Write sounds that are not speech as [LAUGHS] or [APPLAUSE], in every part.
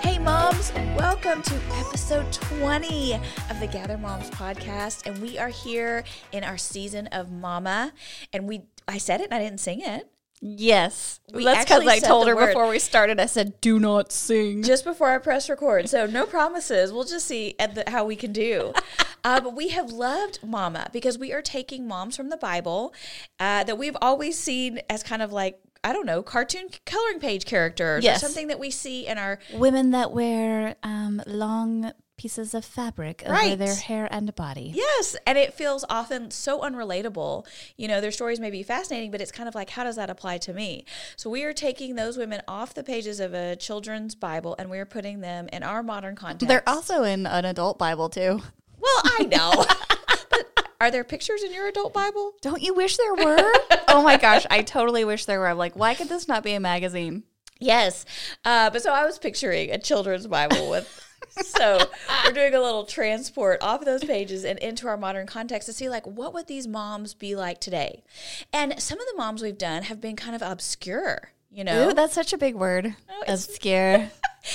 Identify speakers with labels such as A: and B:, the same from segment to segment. A: Hey, moms, welcome to episode 20 of the Gather Moms podcast. And we are here in our season of Mama. And we, I said it and I didn't sing it.
B: Yes.
A: We
B: That's because
A: actually
B: I
A: said
B: told
A: the
B: her
A: word.
B: before we started, I said, do not sing.
A: just before I press record. So no promises. We'll just see at the, how we can do. Uh, but we have loved Mama because we are taking moms from the Bible uh, that we've always seen as kind of like I don't know cartoon coloring page characters
B: Yes.
A: or something that we see in our
C: Women that wear um, long pieces of fabric over
A: Right.
C: their hair and body.
A: Yes, and it feels often so unrelatable. You know, their stories may be fascinating, but it's kind of like, how does that apply to me? So we are taking those women off the pages of a children's Bible and we are putting them in our modern context.
C: also in an adult Bible too.
A: well, I know. but are there pictures in your adult Bible?
C: Don't you wish
B: [LAUGHS]
C: there were? oh my gosh, I totally wish there were. I'm like, why could this not be a magazine?
A: Yes. Uh, but so I was picturing a children's Bible
C: [LAUGHS]
A: with. so we're doing a little transport off those pages and into our modern context to see like what would these moms be like today and some of the moms we've done have been kind of obscure you know
C: Ooh, that's such a big word.
A: it's-
B: [LAUGHS]
C: Obscure.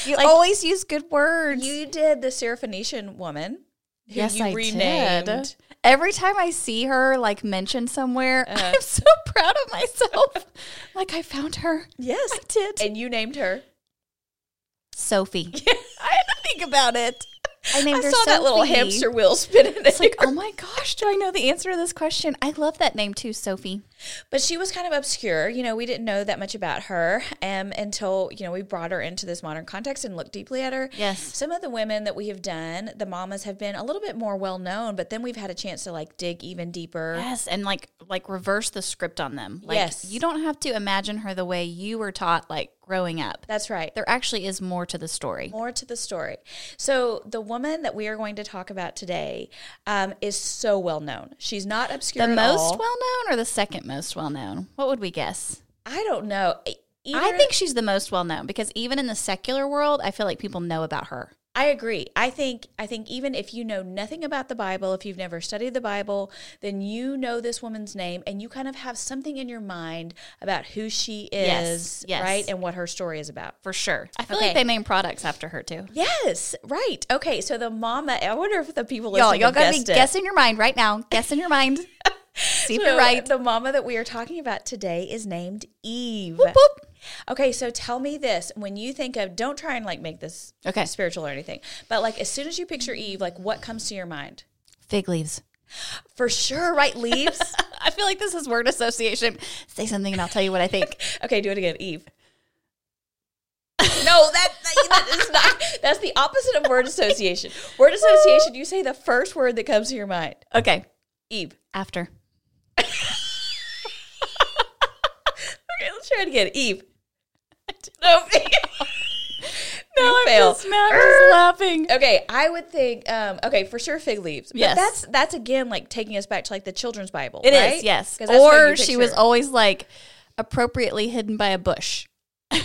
C: you always use good words.
A: you did the syrophoenician woman who
C: yes,
A: you
C: I
A: renamed
C: did. Every time I see her like mentioned somewhere,
B: Uh-huh.
C: I'm so [LAUGHS] proud of myself. like I found her.
A: yes
C: I did.
A: and you named
C: [LAUGHS]
A: her
C: Sophie.
A: i had to think about it
C: I named
A: i
C: her
A: saw that little
C: Sophie.
A: hamster wheel spinning in
C: It's like, oh my gosh, do I know the answer to this question? I love that name too, Sophie.
A: But she was kind of obscure. You know, we didn't know that much about her um, until, you know, we brought her into this modern context and looked deeply at her.
C: Yes.
A: Some of the women that we have done, the mamas have been a little bit more well known, but then we've had a chance to like dig even deeper.
C: Yes, and like like reverse the script on them. Like
A: Yes.
C: you don't have to imagine her the way you were taught like growing up.
A: That's right.
C: There actually is more to the story.
A: More to the story. So, the woman that we are going to talk about today um, is so well known. She's not obscure
C: The
A: at
C: most
A: all.
C: well known or the second most well known? What would we guess?
A: I don't know. E-
C: I
A: either-
C: think she's the most well known because even in the secular world, I feel like people know about her.
A: I agree. I think I think even if you know nothing about the Bible, if you've never studied the Bible, then you know this woman's name and you kind of have something in your mind about who she
C: Yes,
A: is,
C: yes.
A: right? And what her story is about.
C: For sure. I feel
A: Okay.
C: like they name products after her too.
A: Yes, right. Okay, so the mama, I wonder if the people
C: Y'all,
A: listening
C: y'all gotta be
A: guessed it.
C: guessing your mind right now. Guess in your [LAUGHS] mind. See if
A: So
C: you're right.
A: The mama that we are talking about today is named Eve.
C: Boop.
A: Okay, so tell me this: when you think of, don't try and like make this
C: Okay.
A: spiritual or anything, but like as soon as you picture Eve, like what comes to your mind?
C: Fig leaves.
A: For sure, right? Leaves.
C: I feel like this is word association. Say something and I'll tell you what I think.
A: [LAUGHS] Okay, do it again, Eve. no, that, that that is not. That's the opposite of word association. Word association, you say the first word that comes to your mind.
C: [LAUGHS] Okay.
A: Eve.
C: After.
A: Okay, let's try it again. Eve. No, [LAUGHS] no, I
C: [LAUGHS] laughing.
A: Okay, I would think. Um, okay, for sure, fig leaves. But
C: Yes.
A: that's that's again like taking us back to like the children's Bible.
C: It is,
A: right?
C: yes.
A: 'Cause that's how you
C: Or she was
A: picture-
C: always like appropriately hidden by a bush.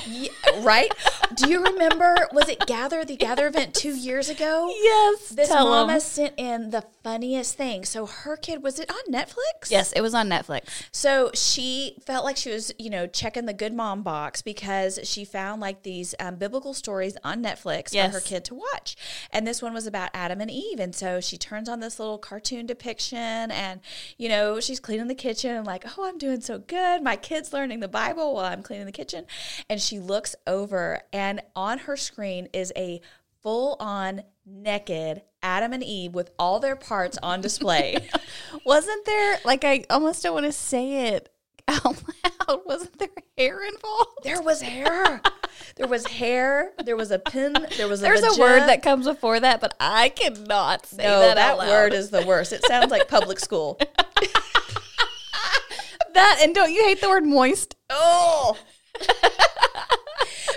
A: Yeah, [LAUGHS] right. Do you remember? Was it Gather the Gather event two years ago?
C: [LAUGHS] Yes.
A: This mama sent in the funniest thing. So her kid was it on Netflix?
C: Yes, it was on Netflix.
A: So she felt like she was, you know, checking the good mom box because she found like these um, biblical stories on Netflix
C: Yes.
A: for her kid to watch. And this one was about Adam and Eve. And so she turns on this little cartoon depiction and, you know, she's cleaning the kitchen and like, oh, I'm doing so good. My kid's learning the Bible while I'm cleaning the kitchen. And she looks over and on her screen is a full on naked Adam and Eve with all their parts on display. [LAUGHS]
C: Wasn't there like I almost don't want to say it. out [LAUGHS] loud. Wasn't there hair involved?
A: There was hair. there was hair. There was a pin. There was a.
C: There's a
A: vagi-
C: word that comes before that, but I cannot say
A: No,
C: that,
A: that,
C: out loud.
A: word is the worst. It sounds like public
C: [LAUGHS]
A: school.
C: that. And don't you hate the word moist?
A: oh. [LAUGHS]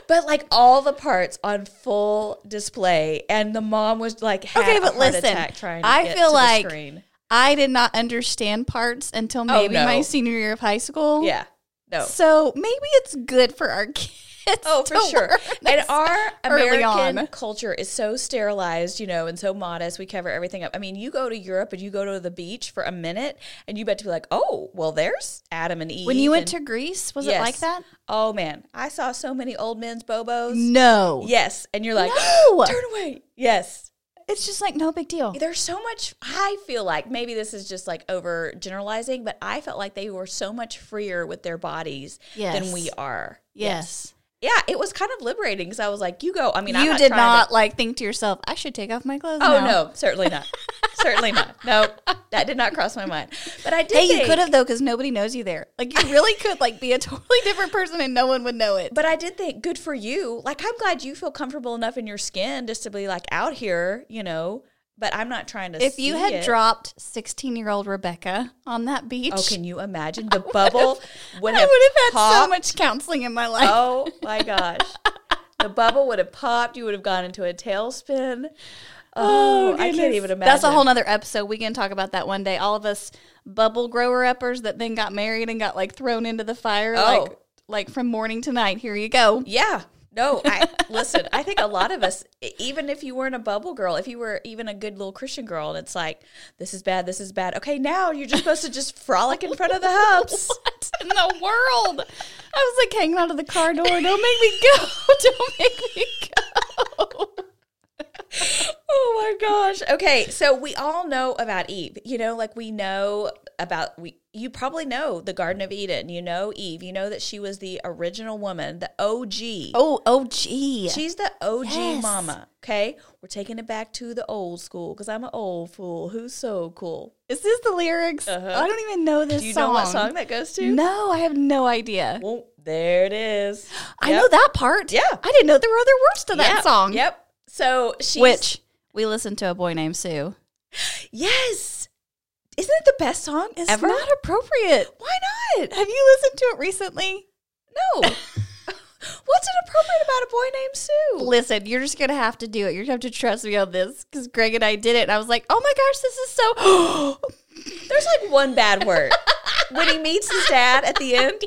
A: but like all the parts on full display, and the mom was like, had
C: Okay,
A: a
C: but
A: heart
C: listen,
A: attack trying to
C: I
A: get
C: feel
A: to the
C: like-
A: screen.
C: I did not understand parts until maybe
A: Oh, no.
C: my senior year of high school.
A: yeah, no,
C: So maybe it's good for our [LAUGHS] kids.
A: [LAUGHS] Oh, for
C: to
A: sure.
C: learn
A: And
C: this
A: our
C: early
A: American
C: on.
A: culture is so sterilized, you know, and so modest. We cover everything up. I mean, you go to Europe and you go to the beach for a minute, and you bet to be like, oh, well, there's Adam and Eve.
C: When you went to
A: and-
C: Greece, was it
A: Yes.
C: like that?
A: oh man, I saw so many old men's bobos.
C: No.
A: Yes, and you're like,
C: No.
A: [GASPS] turn away. Yes,
C: It's just like no big deal.
A: there's so much i feel like maybe this is just like over generalizing but i felt like they were so much freer with their bodies than
C: Yes.
A: we are
C: Yes.
A: yeah it was kind of liberating because i was like you go i mean I'm
C: you
A: not
C: did
A: trying to-
C: not like think to yourself, I should take off my clothes.
A: oh
C: now."
A: no certainly
C: [LAUGHS]
A: not certainly not no that did not cross my mind but i did
C: Hey, you
A: think-
C: could have though, because nobody knows you there. Like you really could like be a [LAUGHS] totally different person and no one would know it.
A: but I did think, good for you. Like, I'm glad you feel comfortable enough in your skin just to be like out here, you know. But I'm not trying to.
C: if you
A: see
C: had
A: it.
C: dropped sixteen year old Rebecca on that beach,
A: oh, can you
C: [LAUGHS]
A: imagine the bubble? would
C: I would have had so
A: popped.
C: much counseling in my life.
A: Oh
C: [LAUGHS]
A: my gosh. the bubble would have popped. You would have gone into a tailspin. Oh, I can't
C: goodness.
A: even imagine.
C: That's a whole nother episode. We can talk about that one day. All of us bubble grower uppers that then got married and got like thrown into the fire
A: Oh.
C: like like from morning to night. Here you go.
A: Yeah. No, I listen, I think a lot of us e- even if you weren't a bubble girl, if you were even a good little Christian girl and it's like this is bad, this is bad. Okay, now you're just supposed to just frolic in front of the hubs.
C: What
A: [LAUGHS]
C: in the world? I was like hanging out of the car door. Don't make me go. [LAUGHS] Don't make me go.
A: Oh my gosh. Okay, so we all know about Eve. You know, like we know about we you probably know the Garden of Eden. You know Eve. You know that she was the original woman, the OG.
C: Oh, oh, gee.
A: She's the OG
C: Yes.
A: mama. Okay. We're taking it back to the old school because I'm an old fool who's so cool.
C: Is this the lyrics? I don't even know this
A: Uh-huh. Do you
C: song.
A: know what song that goes to?
C: No, I have no idea.
A: Well, there it is.
C: I
A: Yep.
C: know that part.
A: Yeah.
C: I didn't know there were other words to that
A: Yep.
C: song.
A: Yep. So she
C: Which we listened to a boy named Sue.
A: Yes. Isn't it the best song
C: It's
A: ever?
C: not appropriate.
A: Why not?
C: Have you listened to it recently? [LAUGHS]
A: No. What's inappropriate about a boy named Sue?
C: Listen, you're just gonna have to do it. You're gonna have to trust me on this because Greg and I did it, and I was like, "Oh my gosh, this is so." [GASPS]
A: There's like one
C: [LAUGHS]
A: bad word. when he meets his dad at the end.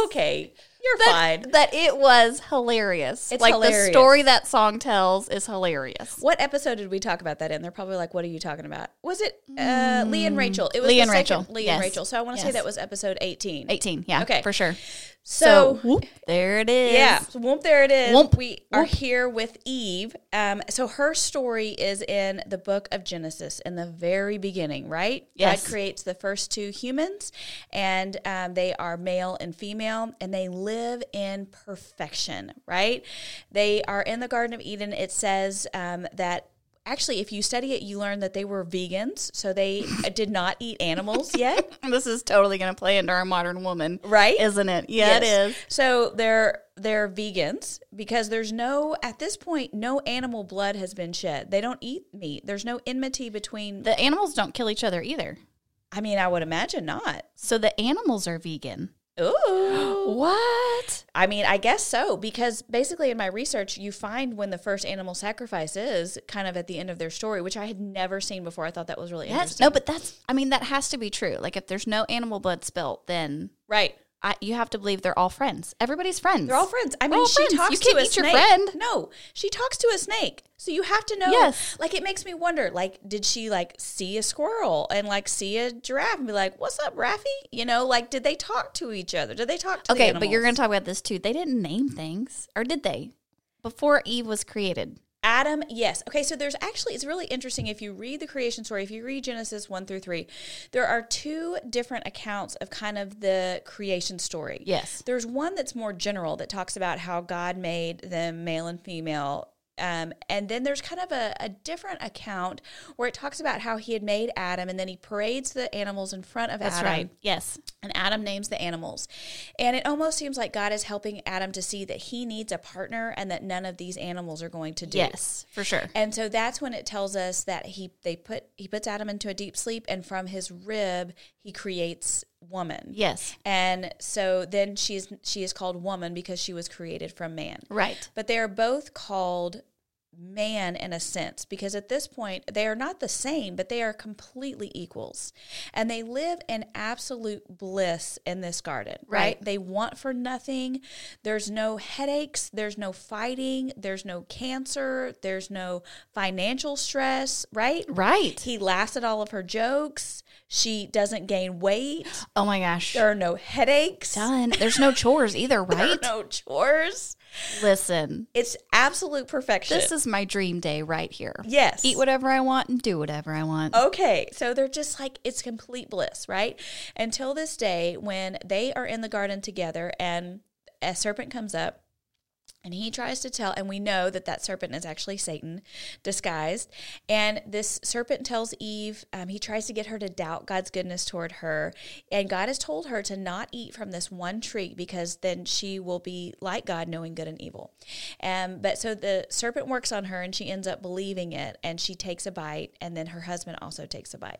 A: Okay. You're fine.
C: that it was hilarious.
A: It's
C: like
A: hilarious.
C: the story that song tells is hilarious.
A: What episode did we talk about that in? They're probably like, "What are you talking about?" Was it uh, Lee and Rachel? It was
C: Mm, Lee
A: the
C: and
A: second
C: Rachel.
A: Lee
C: Yes.
A: and Rachel. So I want to say
C: Yes.
A: that was episode eighteen.
C: Eighteen, yeah,
A: Okay.
C: for sure.
A: So,
C: whoop, there it is.
A: yeah, so whoop, there it is.
C: Whoop.
A: We are here with Eve. Um, so her story is in the book of Genesis in the very beginning, right?
C: Yes.
A: God creates the first two humans, and um, they are male and female, and they live in perfection, right? They are in the Garden of Eden. It says um, that. Actually, if you study it, you learn that they were vegans, so they uh, did not eat animals
C: [LAUGHS]
A: yet.
C: this is totally gonna play into our modern woman,
A: Right?
C: Isn't it? Yeah, it
A: Yes.
C: is.
A: So they're they're vegans because there's no at this point no animal blood has been shed. They don't eat meat. There's no enmity between.
C: The animals don't kill each other either,
A: I mean, I would imagine
C: [GASPS]
A: not.
C: so the animals are vegan.
A: Ooh.
C: What?
A: I mean, I guess so because basically in my research, you find when the first animal sacrifice is kind of at the end of their story, which I had never seen before. I thought that was really
C: That's
A: interesting.
C: no, but that's. I mean, that has to be true. Like, if there's no animal blood spilt, then
A: Right.
C: I, you have to believe they're all friends. Everybody's friends.
A: They're all friends. I
C: We're
A: mean,
C: all
A: she
C: friends. You
A: talks
C: can't
A: to a
C: eat your
A: snake.
C: friend.
A: No, she talks to a snake. So you have to know.
C: Yes.
A: Like it makes me wonder. Like, did she like see a squirrel and like see a giraffe and be like, "What's up, Raffy?" You know, like did they talk to each other? Did they talk to? the
C: Okay, but you're going
A: animals?
C: to talk about this too. They didn't name things, or did they? Before Eve was created.
A: Adam, yes. Okay, so there's actually, it's really interesting if you read the creation story, if you read Genesis 1 through 3, there are two different accounts of kind of the creation story.
C: Yes.
A: There's one that's more general that talks about how God made them male and female. Um, and then there's kind of a, a different account where it talks about how he had made Adam and then he parades the animals in front of
B: That's
A: Adam.
B: right. Yes.
A: And Adam names the animals. And it almost seems like God is helping Adam to see that he needs a partner and that none of these animals are going to do.
B: Yes, for sure.
A: And so that's when it tells us that he they put he puts Adam into a deep sleep and from his rib he creates woman.
B: Yes.
A: And so then she is she is called woman because she was created from man.
B: Right.
A: But they are both called man in a sense because at this point they are not the same but they are completely equals and they live in absolute bliss in this garden right,
B: Right.
A: they want for nothing there's no headaches there's no fighting there's no cancer there's no financial stress right
C: Right.
A: he laughs at all of her jokes she doesn't gain weight
C: Oh my gosh.
A: there are no headaches
C: Done. There's no chores either,
A: there
C: right?
A: are [LAUGHS] no chores
C: Listen,
A: it's absolute perfection
C: this is my dream day right here.
A: yes Oh.
C: Eat whatever I want and do whatever I want.
A: [LAUGHS] Okay, so they're just like it's complete bliss, right? Until this day when they are in the garden together and a serpent comes up and he tries to tell and we know that that serpent is actually Satan disguised and this serpent tells Eve um, he tries to get her to doubt God's goodness toward her and God has told her to not eat from this one tree because then she will be like God knowing good and evil um, but so the serpent works on her and she ends up believing it and she takes a bite and then her husband also takes a bite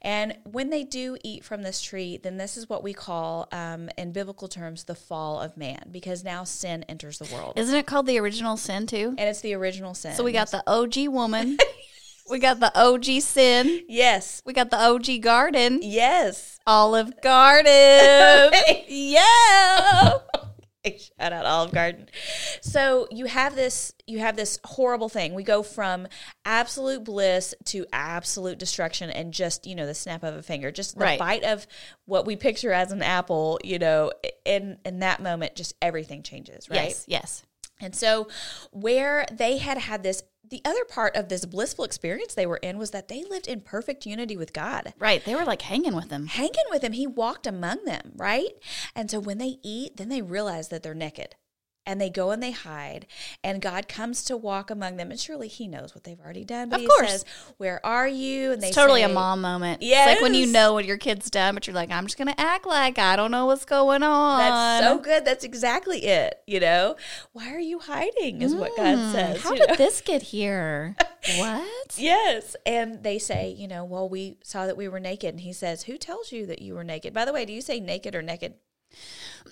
A: and when they do eat from this tree then this is what we call um, in biblical terms the fall of man because now sin enters the world
C: Isn't it called the original sin too?
A: and it's the original sin.
C: So we got the OG
A: [LAUGHS]
C: woman. we got the OG sin.
A: yes,
C: We got the OG garden.
A: yes.
C: Olive
A: [LAUGHS]
C: Garden. yeah.
A: Shout out Olive Garden. So you have this, you have this horrible thing. We go from absolute bliss to absolute destruction, and just you know the snap of a finger, just the
C: Right.
A: bite of what we picture as an apple. You know, in in that moment, just everything changes, right?
B: Yes. Yes.
A: And so, where they had had this, the other part of this blissful experience they were in was that they lived in perfect unity with God.
C: Right. They were like hanging with him.
A: hanging with him. He walked among them, right? And so when they eat, then they realize that they're naked and they go and they hide. And God comes to walk among them. And surely he knows what they've already done. But
C: Of
A: he
C: course.
A: says, Where are you? And they
C: It's totally a
A: say-
C: mom moment. It's like when you
A: Yes.
C: know when your kid's done, but you're like, I'm just going to act like I don't know what's going on.
A: That's so good. That's exactly it. You know, why are you hiding? Is what God
C: Hmm,
A: says.
C: How
A: you
C: did
A: know?
C: this get here? what?
A: [LAUGHS] Yes. And they say, you know, well, we saw that we were naked. And he says, Who tells you that you were naked? By the way, do you say naked or naked?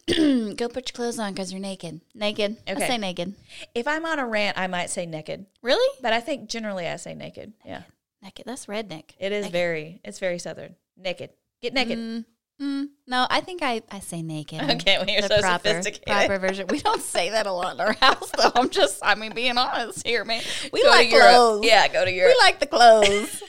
A: Mm,
C: Go put your clothes on because you're naked. Naked. I
A: Okay.
C: say naked.
A: If I'm on a rant, I might say naked.
C: Really?
A: But I think generally I say naked. Yeah.
C: Naked. That's redneck.
A: It is
C: Naked.
A: very, it's very southern. Naked. Get naked.
C: Mm, mm, no, I think I, I say naked.
A: [LAUGHS] Okay, well, you're so sophisticated.
C: Proper version. We don't say that a lot in our house, though. I'm just, I mean, being honest here, man. We
A: Go
C: like
A: to Europe.
C: clothes.
A: Yeah, go to Europe.
C: We like the clothes.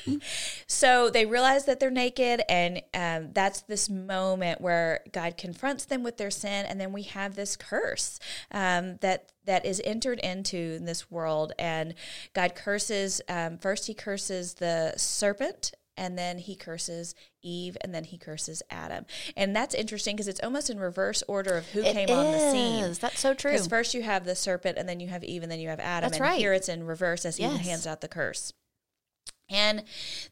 A: so they realize that they're naked, and um, that's this moment where God confronts them with their sin, and then we have this curse um, that that is entered into in this world, and God curses. Um, first, He curses the serpent. And then he curses Eve, and then he curses Adam, and that's interesting because it's almost in reverse order of who
C: [LAUGHS] It
A: came on the scene.
C: is. That's so true.
A: Because first you have the serpent, and then you have Eve, and then you have Adam. and
C: That's right.
A: here it's in reverse as Eve
C: Yes.
A: hands out the curse. And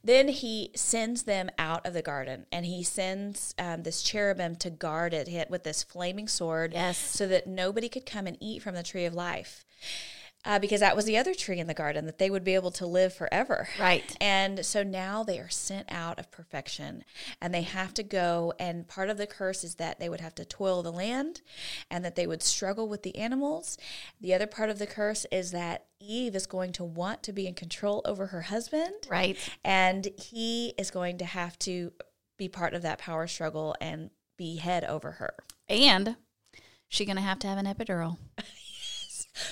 A: then he sends them out of the garden, and he sends um, this cherubim to guard it hit with this flaming sword,
C: Yes.
A: so that nobody could come and eat from the tree of life, uh, because that was the other tree in the garden that they would be able to live forever.
C: Right.
A: And so now they are sent out of perfection and they have to go. And part of the curse is that they would have to toil the land and that they would struggle with the animals. The other part of the curse is that Eve is going to want to be in control over her husband
C: Right.
A: and he is going to have to be part of that power struggle and be head over her.
C: And she going to have to have an epidural.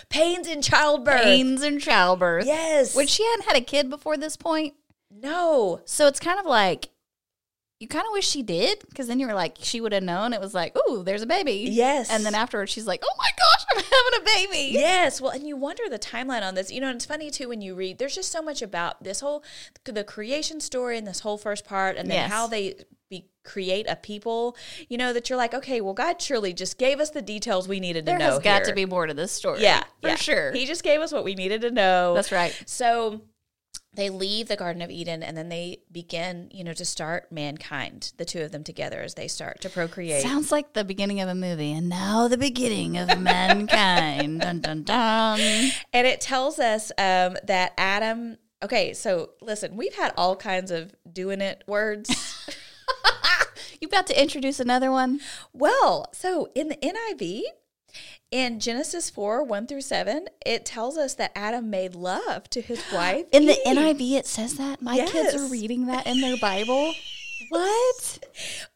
A: Pains in childbirth.
C: Pains and childbirth.
A: Yes.
C: Which she hadn't had a kid before this point.
A: no.
C: So it's kind of like you kind of wish she did because then you were like she would have known it was like ooh there's a baby
A: Yes.
C: and then afterwards she's like oh my gosh I'm having a baby
A: Yes. Well, and you wonder the timeline on this. You know, and it's funny too when you read, there's just so much about this whole, the creation story and this whole first part and then
C: Yes.
A: how they be create a people, you know, that you're like, okay, well, God surely just gave us the details we needed
C: There
A: to know.
C: has got to
A: here.
C: be more to this story.
A: yeah,
C: for
A: yeah.
C: sure.
A: He just gave us what we needed to know.
C: That's right.
A: So they leave the Garden of Eden and then they begin, you know, to start mankind, the two of them together as they start to procreate.
C: Sounds like the beginning of a movie, and now the beginning
A: [LAUGHS]
C: of mankind. dun dun dun.
A: and it tells us um, that Adam. Okay, so listen, we've had all kinds of doing it
C: [LAUGHS]
A: words.
C: You about to introduce another one?
A: well, so in the NIV, in Genesis 4 1 through 7, it tells us that Adam made love to his wife.
C: [GASPS] In the
A: Eve.
C: NIV, it says that my kids are
A: Yes.
C: reading that in their Bible.
A: [LAUGHS]
C: what?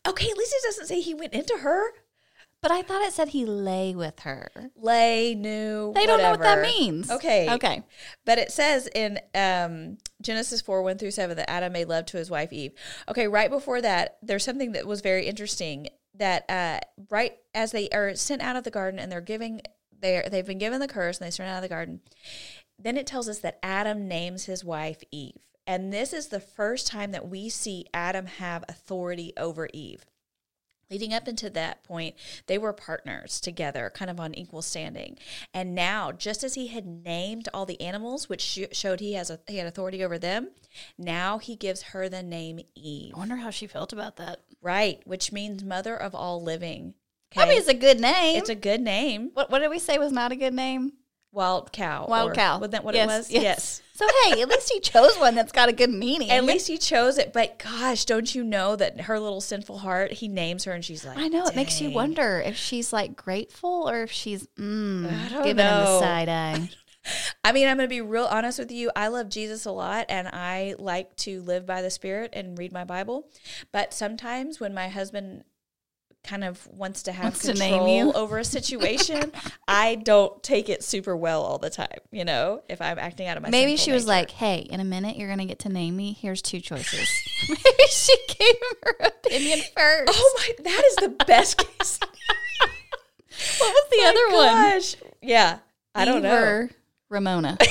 A: Okay, at least it doesn't say he went into her.
C: But I thought it said he lay with her.
A: Lay, knew.
C: They don't know what that
A: whatever.
C: means.
A: Okay.
C: Okay.
A: But it says in um, Genesis 4 1 through 7 that Adam made love to his wife Eve. Okay, right before that, there's something that was very interesting that uh, right as they are sent out of the garden and they're giving, they're, they've been given the curse and they're sent out of the garden, then it tells us that Adam names his wife Eve. And this is the first time that we see Adam have authority over Eve. Leading up into that point, they were partners together, kind of on equal standing. And now, just as he had named all the animals, which sh- showed he has a, he had authority over them, now he gives her the name Eve,
C: I wonder how she felt about that.
A: right? Which means mother of all living.
C: I mean, it's a good name.
A: it's a good name.
C: what, what did we say was not a good name?
A: Wild cow.
C: Wild
A: or-
C: cow.
A: Wasn't that what
C: Yes,
A: it was?
C: yes. So hey, at least he chose one that's got a good meaning.
A: At least he chose it. But gosh, don't you know that her little sinful heart? He names her, and she's like,
C: I know it makes you
A: "Dang."
C: wonder if she's like grateful or if she's mm,
A: I don't
C: giving him the
A: know. [LAUGHS]
C: side eye.
A: I mean, I'm going to be real honest with you. I love Jesus a lot and I like to live by the Spirit and read my Bible. But sometimes when my husband kind of wants to have
C: Wants to name
A: control
C: you.
A: over a situation, [LAUGHS] I don't take it super well all the time, you know, if I'm acting out of my
C: Maybe
A: sinful
C: she was
A: nature.
C: like, "Hey, in a minute you're gonna get to name me. Here's two choices." [LAUGHS] Maybe she gave him her opinion first.
A: [LAUGHS] Oh my, that is the
C: [LAUGHS]
A: best case.
C: what was the other one?
A: Gosh. Yeah. I
C: You
A: don't know.
C: were Ramona.
A: [LAUGHS]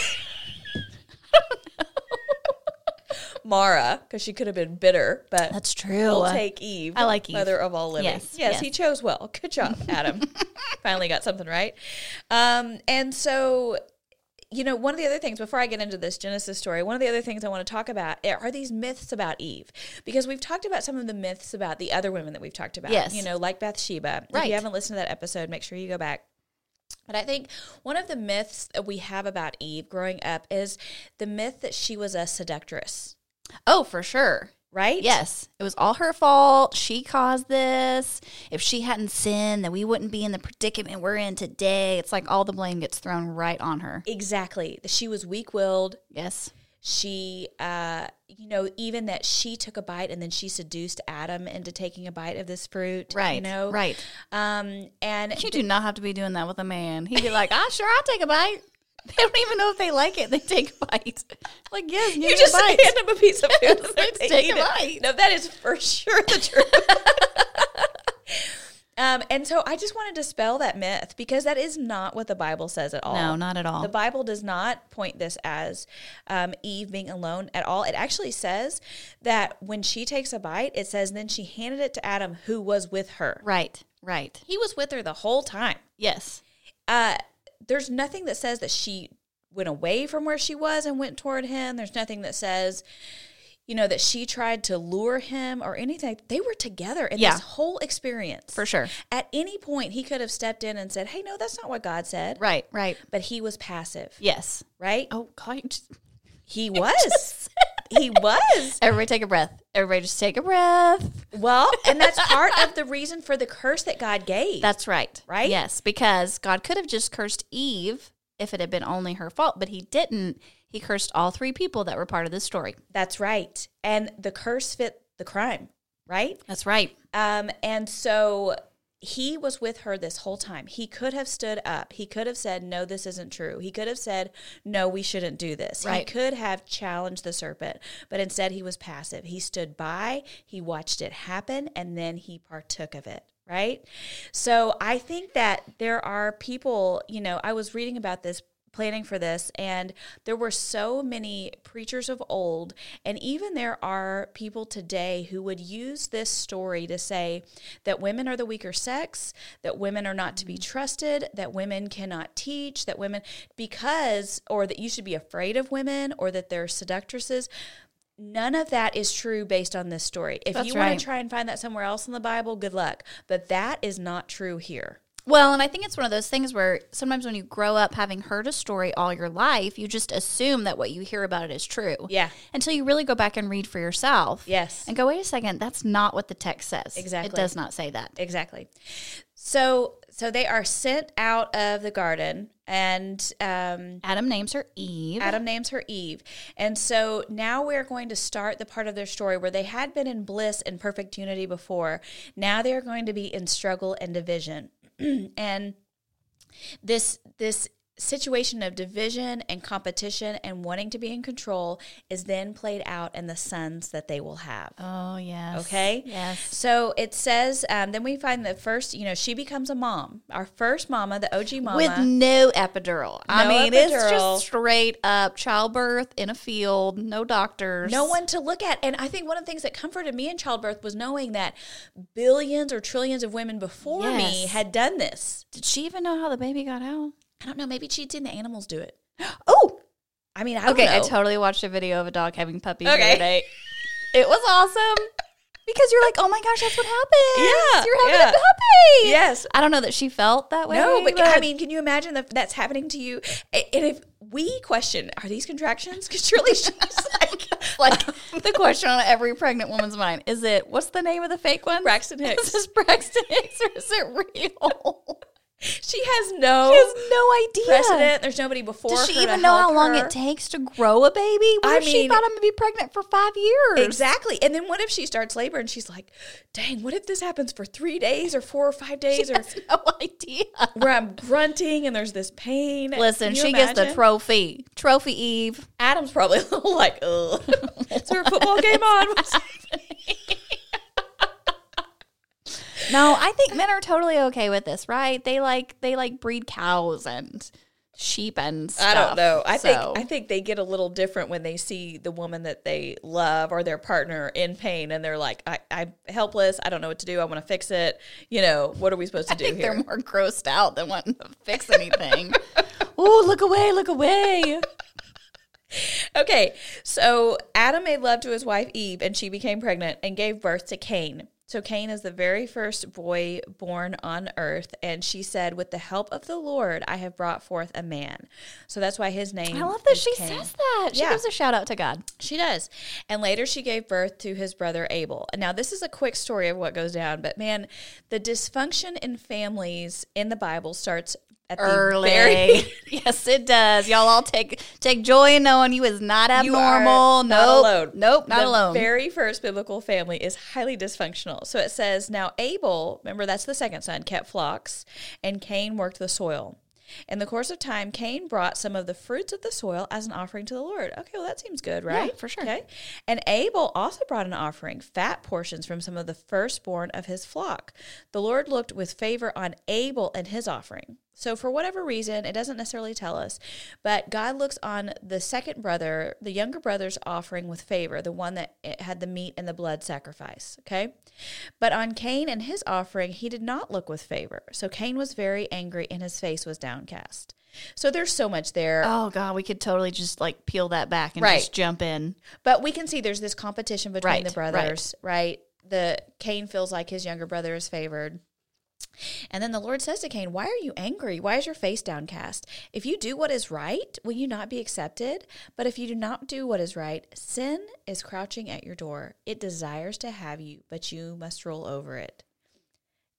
A: Mara, because she could have been bitter, but
C: That's true.
A: We'll take Eve.
C: I like Eve.
A: Mother of all living.
C: Yes,
A: Yes,
C: yes.
A: he chose well. Good job,
C: [LAUGHS]
A: Adam. Finally got something right. Um, and so, you know, one of the other things, before I get into this Genesis story, one of the other things I want to talk about eh, are these myths about Eve. Because we've talked about some of the myths about the other women that we've talked about.
C: Yes.
A: You know, like Bathsheba. If
C: Right.
A: you haven't listened to that episode, make sure you go back. But I think one of the myths that we have about Eve growing up is the myth that she was a seductress,
C: oh, for sure.
A: right?
C: Yes, it was all her fault. She caused this. If she hadn't sinned, then we wouldn't be in the predicament we're in today. It's like all the blame gets thrown right on her.
A: Exactly. She was weak willed.
C: Yes.
A: She, uh, you know, even that she took a bite and then she seduced Adam into taking a bite of this fruit.
C: Right.
A: You know?
C: Right.
A: Um, and
C: You do not have to be doing that with a man. He'd be like, ah, sure, I'll take a bite. [LAUGHS] They don't even know if they like it. They take a bite. [LAUGHS] Like, yes, give me
A: you just
C: a bite.
A: hand them a piece of food. and
C: Let's
A: they
C: [LAUGHS] take a
A: eat it.
C: bite.
A: No, that is for [LAUGHS] sure the truth. [LAUGHS] um, and so I just want to dispel that myth because that is not what the Bible says at all.
C: No, not at all.
A: The Bible does not point this as um, Eve being alone at all. It actually says that when she takes a bite, it says then she handed it to Adam, who was with her.
C: right. Right.
A: He was with her the whole time.
C: Yes.
A: Uh, there's nothing that says that she went away from where she was and went toward him. There's nothing that says, you know, that she tried to lure him or anything. They were together in
C: Yeah.
A: this whole experience.
C: For sure.
A: At any point, he could have stepped in and said, hey, no, that's not what God said.
C: Right. Right.
A: But he was passive,
C: Yes.
A: right?
C: Oh, God. you just- [LAUGHS]
A: He was. he was.
C: Everybody take a breath. Everybody just take a breath.
A: Well, and that's part of the reason for the curse that God gave.
C: That's right.
A: Right?
C: Yes, because God could have just cursed Eve if it had been only her fault, but he didn't. He cursed all three people that were part of this story.
A: that's right. And the curse fit the crime, right?
C: That's right.
A: Um, and so he was with her this whole time. He could have stood up. He could have said, No, this isn't true. He could have said, No, we shouldn't do this.
C: Right.
A: He could have challenged the serpent, but instead he was passive. He stood by, he watched it happen, and then he partook of it. Right. So I think that there are people, you know, I was reading about this planning for this and there were so many preachers of old and even there are people today who would use this story to say that women are the weaker sex that women are not to
C: Mm.
A: be trusted that women cannot teach that women because or that you should be afraid of women or that they're seductresses None of that is true based on this story. If
C: That's
A: you
C: right.
A: want to try and find that somewhere else in the Bible, good luck. But that is not true here.
C: Well, and I think it's one of those things where sometimes when you grow up having heard a story all your life, you just assume that what you hear about it is true.
A: Yeah.
C: Until you really go back and read for yourself.
A: Yes.
C: And go, wait a second, that's not what the text says. It
A: Exactly.
C: does not say that.
A: Exactly. So so they are sent out of the garden and um
C: Adam names her Eve.
A: Adam names her Eve. And so now we're going to start the part of their story where they had been in bliss and perfect unity before. Now they are going to be in struggle and division. [CLEARS THROAT] and this this situation of division and competition and wanting to be in control is then played out in the sons that they will have.
C: Oh, yes.
A: Okay.
C: Yes.
A: So it says, um, then we find the first, you know, she becomes a mom. Our first mama, the OG mama.
C: With no epidural. I
A: No
C: mean, it's
A: epidural.
C: just straight up childbirth in a field, no doctors.
A: no one to look at. And I think one of the things that comforted me in childbirth was knowing that billions or trillions of women before me
C: Yes.
A: had done this.
C: Did she even know how the baby got out?
A: I don't know. Maybe she'd seen the animals do it.
C: Oh,
A: I mean, I don't
C: Okay,
A: know.
C: I totally watched a video of a dog having puppies the
A: Okay.
C: other day. It was awesome because you're like, oh my gosh, that's what happens.
A: Yeah,
C: you're having
A: yeah.
C: a puppy.
A: Yes.
C: I don't know that she felt that way.
A: No, but, I mean, can you imagine that that's happening to you? A- And if we question, are these contractions? [LAUGHS] Because surely she's like,
C: [LAUGHS] like the question on every pregnant woman's mind is it what's the name of the fake
A: [LAUGHS]
C: one?
A: Braxton
C: Is
A: Hicks.
C: [LAUGHS] this Braxton Hicks or is it [LAUGHS] real?
A: She has no
C: she has no idea.
A: precedent. There's nobody before.
C: Does she
A: her to
C: even know how
A: help
C: long
A: her.
C: it takes to grow a baby? What
A: I
C: if she
A: mean-
C: thought I'm gonna be pregnant for five years?
A: Exactly. And then what if she starts labor and she's like, dang, what if this happens for three days or four or five days
C: [LAUGHS] She
A: or
C: has no idea.
A: where I'm grunting and there's this pain?
C: Listen,
A: Can you
C: she gets the
A: imagine?
C: trophy. Trophy Eve.
A: Adam's
C: [LAUGHS]
A: probably a little like, [LAUGHS] ugh. Is there a football game on?
C: No, I think men are totally okay with this, right? They like they like breed cows and sheep and stuff.
A: [LAUGHS] I don't know. I think
C: So,
A: I think they get a little different when they see the woman that they love or their partner in pain and they're like, I, I'm helpless. I don't know what to do. I want to fix it. You know, what are we supposed to do
C: I think
A: here?
C: they're more grossed out than wanting to fix
A: [LAUGHS]
C: anything. Ooh, look away, look away.
A: Okay, so Adam made love to his wife Eve, and she became pregnant and gave birth to Cain. So Cain is the very first boy born on earth, and she said, "With the help of the Lord, I have brought forth a man." So that's why his name.
C: I love that
A: is
C: she
A: Cain.
C: says that. She
A: Yeah.
C: gives a shout out to God.
A: She does. And later she gave birth to his brother Abel. Now, this is a quick story of what goes down, but man, the dysfunction in families in the Bible starts at
C: Early.
A: the very [LAUGHS]
C: [LAUGHS] yes, it does. Y'all all take take joy in knowing you is not
A: You
C: abnormal.
A: are
C: nope.
A: Not alone.
C: Nope, not
A: the
C: alone.
A: Very first biblical family is highly dysfunctional. So it says, now Abel, remember that's the second son, kept flocks, and Cain worked the soil. In the course of time, Cain brought some of the fruits of the soil as an offering to the Lord. Okay, well that seems good, right?
C: for sure.
A: Okay. And Abel also brought an offering, fat portions from some of the firstborn of his flock. The Lord looked with favor on Abel and his offering. So, for whatever reason, it doesn't necessarily tell us, but God looks on the second brother, the younger brother's offering with favor, the one that had the meat and the blood sacrifice. Okay. But on Cain and his offering, he did not look with favor. So, Cain was very angry and his face was downcast. So, there's so much there.
C: Oh God, we could totally just like peel that back and
A: Right.
C: just jump in.
A: But we can see there's this competition between
C: Right,
A: the brothers, right. The Cain feels like his younger brother is favored. And then the Lord says to Cain, Why are you angry? Why is your face downcast? If you do what is right, will you not be accepted? But if you do not do what is right, sin is crouching at your door. It desires to have you, but you must rule over it. [GASPS]